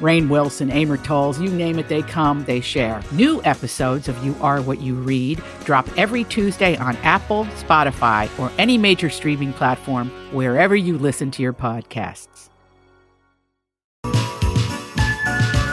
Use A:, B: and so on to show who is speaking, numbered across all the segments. A: Rain Wilson, Amor Tolls, you name it, they come, they share. New episodes of You Are What You Read drop every Tuesday on Apple, Spotify, or any major streaming platform wherever you listen to your podcasts.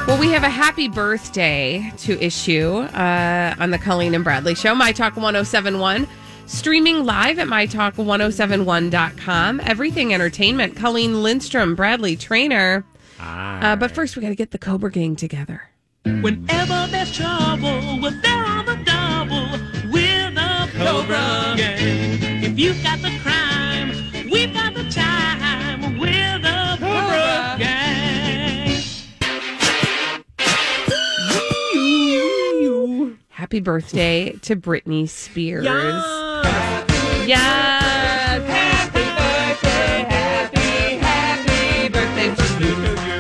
B: Well, we have a happy birthday to issue uh, on the Colleen and Bradley Show, My Talk 1071, streaming live at MyTalk1071.com. Everything Entertainment, Colleen Lindstrom, Bradley Trainer. Uh, but first, we got to get the Cobra Gang together.
C: Whenever there's trouble, well, they're on the double. We're the Cobra Gang. If you've got the crime, we've got the time. We're the Cobra Gang.
B: Happy birthday to Britney Spears. Yes. Happy birthday. Happy, happy birthday to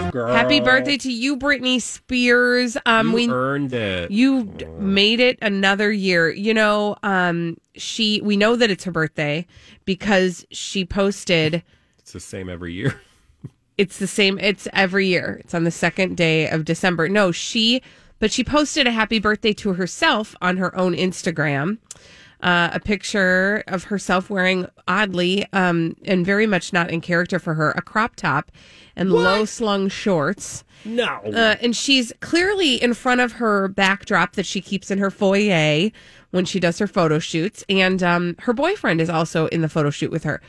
B: you.
D: Girl,
B: Happy birthday to you, Britney Spears. Um,
D: you
B: we
D: earned it.
B: you d- made it another year. You know, um, she we know that it's her birthday because she posted.
D: it's the same every year.
B: It's the same. It's every year. It's on the second day of December. No, she, but she posted a happy birthday to herself on her own Instagram. Uh, a picture of herself wearing oddly um, and very much not in character for her a crop top and low slung shorts.
D: No.
B: Uh, and she's clearly in front of her backdrop that she keeps in her foyer when she does her photo shoots. And um, her boyfriend is also in the photo shoot with her.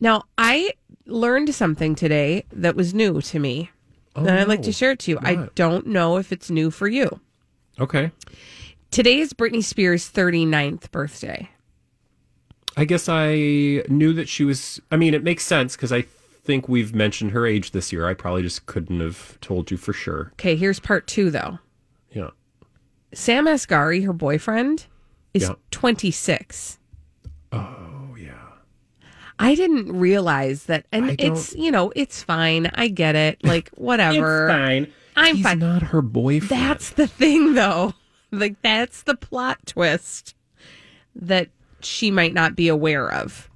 B: Now, I learned something today that was new to me. and I'd like
D: no.
B: to share it to you. I
D: What?
B: don't know if it's new for you.
D: okay.
B: Today is Britney Spears' 39th birthday.
D: I guess I knew that she was. I mean, it makes sense because I think we've mentioned her age this year. I probably just couldn't have told you for sure.
B: Okay, here's part two, though.
D: Yeah.
B: Sam Asghari, her boyfriend, is
D: Yeah.
B: 26.
D: Oh yeah.
B: I didn't realize that, and
D: I don't-
B: it's you know it's fine. I get it. Like whatever.
D: fine.
B: I'm
D: He's
B: fine.
D: not her boyfriend.
B: That's the thing, though. Like that's the plot twist that she might not be aware of.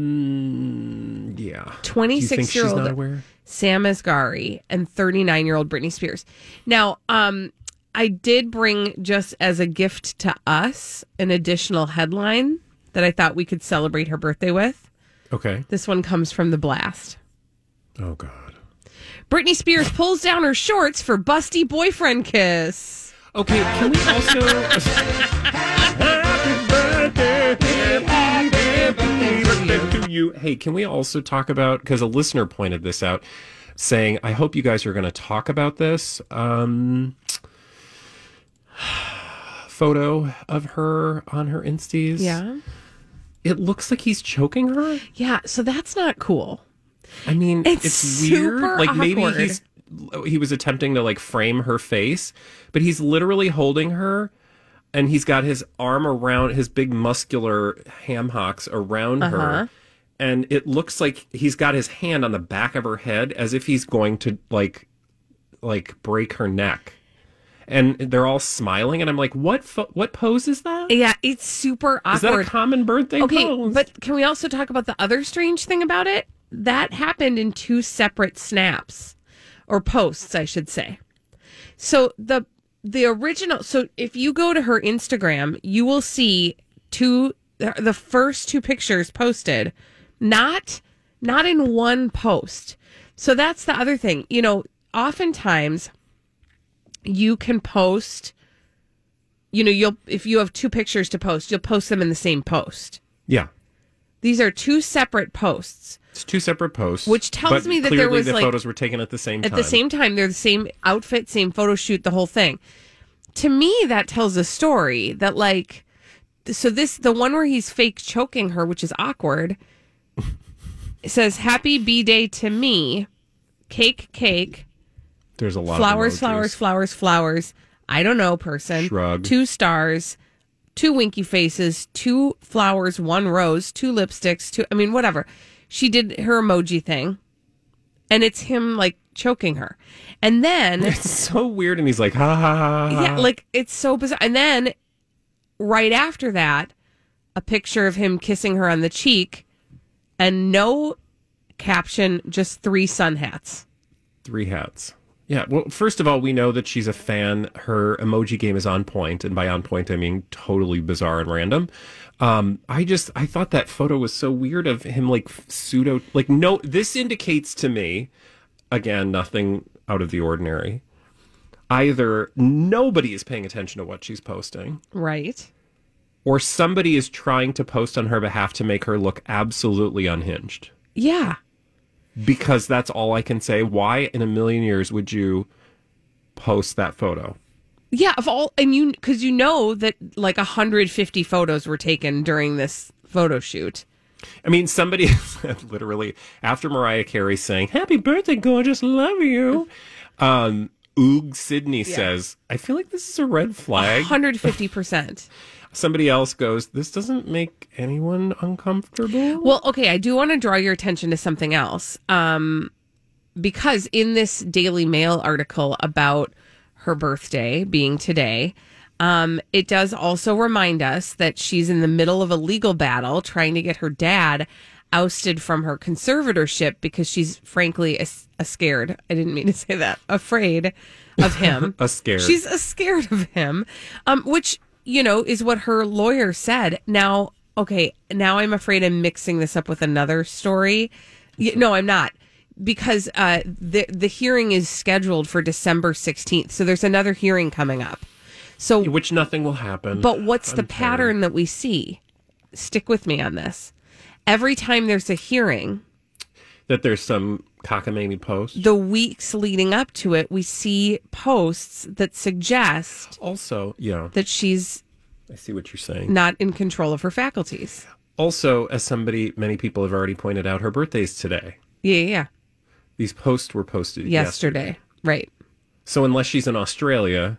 D: um. Yeah. Do you think
B: Twenty-six year
D: she's not
B: old
D: aware?
B: Sam Asghari and thirty-nine year old Britney Spears. Now, um, I did bring just as a gift to us an additional headline that I thought we could celebrate her birthday with.
D: Okay.
B: This one comes from the Blast.
D: Oh God.
B: Britney Spears pulls down her shorts for busty boyfriend kiss.
D: Okay, can we also? to you. Hey, can we also talk about because a listener pointed this out, saying, "I hope you guys are going to talk about this." Um, photo of her on her insties. it looks like he's choking her.
B: Yeah, so that's not cool.
D: I mean,
B: It's
D: it's, weird.
B: super
D: like maybe
B: awkward.
D: he's he was attempting to like frame her face, but he's literally holding her and he's got his arm around his big muscular ham hocks around
B: Uh-huh.
D: her. And it looks like he's got his hand on the back of her head as if he's going to like like break her neck. And they're all smiling and I'm like, "What fo- what pose is that? Is
B: Yeah, it's super
D: that a
B: awkward.
D: common birthday
B: okay,
D: pose?"
B: but can we also talk about the other strange thing about it? That happened in two separate snaps or posts, I should say. So the the original so if you go to her Instagram, you will see two the first two pictures posted not not in one post. So that's the other thing. You know, oftentimes you can post you know, you'll if you have two pictures to post, you'll post them in the same post.
D: yeah.
B: These are two separate posts.
D: It's two separate posts.
B: Which tells
D: but
B: me that there
D: clearly
B: was,
D: the
B: like-
D: photos were taken at the same
B: at
D: time.
B: the same time they're the same outfit same photo shoot the whole thing to me that tells a story that like so this the one where he's fake choking her which is awkward it says happy b-day to me cake cake
D: There's a lot
B: flowers
D: of
B: flowers
D: emojis.
B: flowers flowers i don't know person
D: Shrug.
B: two stars two winky faces two flowers one rose two lipsticks two i mean whatever she did her emoji thing and it's him like choking her and then
D: It's so weird, and he's like, ha ha ha. ha.
B: yeah, like it's so bizarre. And then right after that, a picture of him kissing her on the cheek and no caption, just three sun hats.
D: Three hats. Yeah. Well, first of all, we know that she's a fan. Her emoji game is on point, and by on point, I mean totally bizarre and random. Um, I just I thought that photo was so weird of him like pseudo like no. This indicates to me, again, nothing out of the ordinary. Either nobody is paying attention to what she's posting,
B: Right.
D: or somebody is trying to post on her behalf to make her look absolutely unhinged
B: Yeah.
D: because that's all I can say. Why in a million years would you post that photo?
B: Yeah. Of all, and you, because you know that like 150 photos were taken during this photo shoot.
D: I mean, somebody said literally after Mariah Carey sang "Happy Birthday, Gorgeous, Love You," um, Oog Sydney says, "I feel like this is a red flag."
B: 150%.
D: Somebody else goes, "This doesn't make anyone uncomfortable."
B: Well, okay, I do want to draw your attention to something else. Um, because in this Daily Mail article about her birthday being today, um, it does also remind us that she's in the middle of a legal battle trying to get her dad ousted from her conservatorship because she's frankly a, a scared. I didn't mean to say that. Afraid of him.
D: A scared.
B: She's a scared of him, um, which you know is what her lawyer said. Now, okay, now I'm afraid I'm mixing this up with another story. Y- no, I'm not because uh, the the hearing is scheduled for December 16th, so there's another hearing coming up. So
D: Which nothing will happen.
B: but what's the
D: I'm tired.
B: pattern that we see? Stick with me on this. Every time there's a hearing,
D: that there's some cockamamie post?
B: the weeks leading up to it, we see posts that suggest
D: Also, yeah,
B: that she's
D: I see what you're saying.
B: not in control of her faculties.
D: Also, as somebody, many people have already pointed out, her birthday's today.
B: Yeah, yeah, yeah.
D: These posts were posted yesterday.
B: Yesterday. Right.
D: So unless she's in Australia,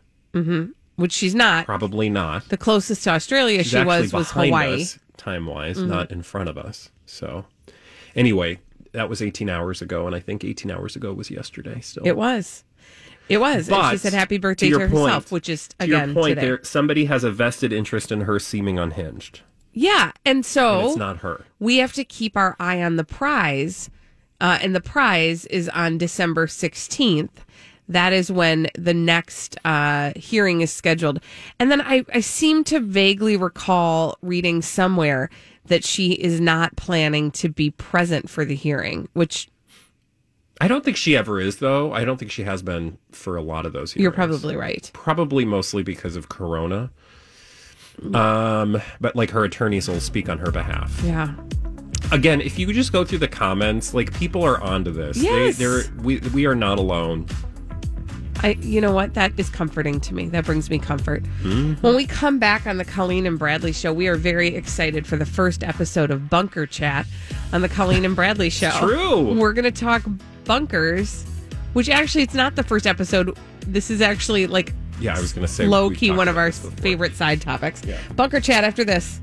B: Which she's not.
D: probably not.
B: The closest to Australia
D: She's
B: she
D: actually
B: was was
D: behind
B: Hawaii. Mm-hmm.
D: us time wise, not in front of us. So anyway, that was 18 hours ago, and I think 18 hours ago was yesterday. Still,
B: It was. It was. And
D: But,
B: she said happy
D: to
B: birthday to,
D: your
B: herself,
D: point-
B: which is
D: to
B: again
D: your point,
B: today.
D: there somebody has a vested interest in her seeming unhinged.
B: Yeah. And
D: And
B: so
D: it's not her.
B: we have to keep our eye on the prize. Uh, and the prize is on December 16th. That is when the next uh, hearing is scheduled. And then I, I seem to vaguely recall reading somewhere that she is not planning to be present for the hearing, which
D: I don't think she ever is, though. I don't think she has been for a lot of those. Hearings.
B: you're probably right.
D: probably mostly because of corona um but like her attorneys will speak on her behalf
B: Yeah.
D: again if you just go through the comments like people are onto this
B: Yes.
D: they, they're we, we are not alone
B: I, you know what? That is comforting to me. That brings me comfort.
D: Mm-hmm.
B: When we come back on the Colleen and Bradley show, we are very excited for the first episode of Bunker Chat on the Colleen and Bradley show.
D: true.
B: We're going to talk bunkers, which actually it's not the first episode. This is actually like
D: yeah i was gonna say
B: low
D: we've
B: key
D: talked
B: one of
D: about
B: our
D: this before.
B: favorite side topics. Bunker Chat after this.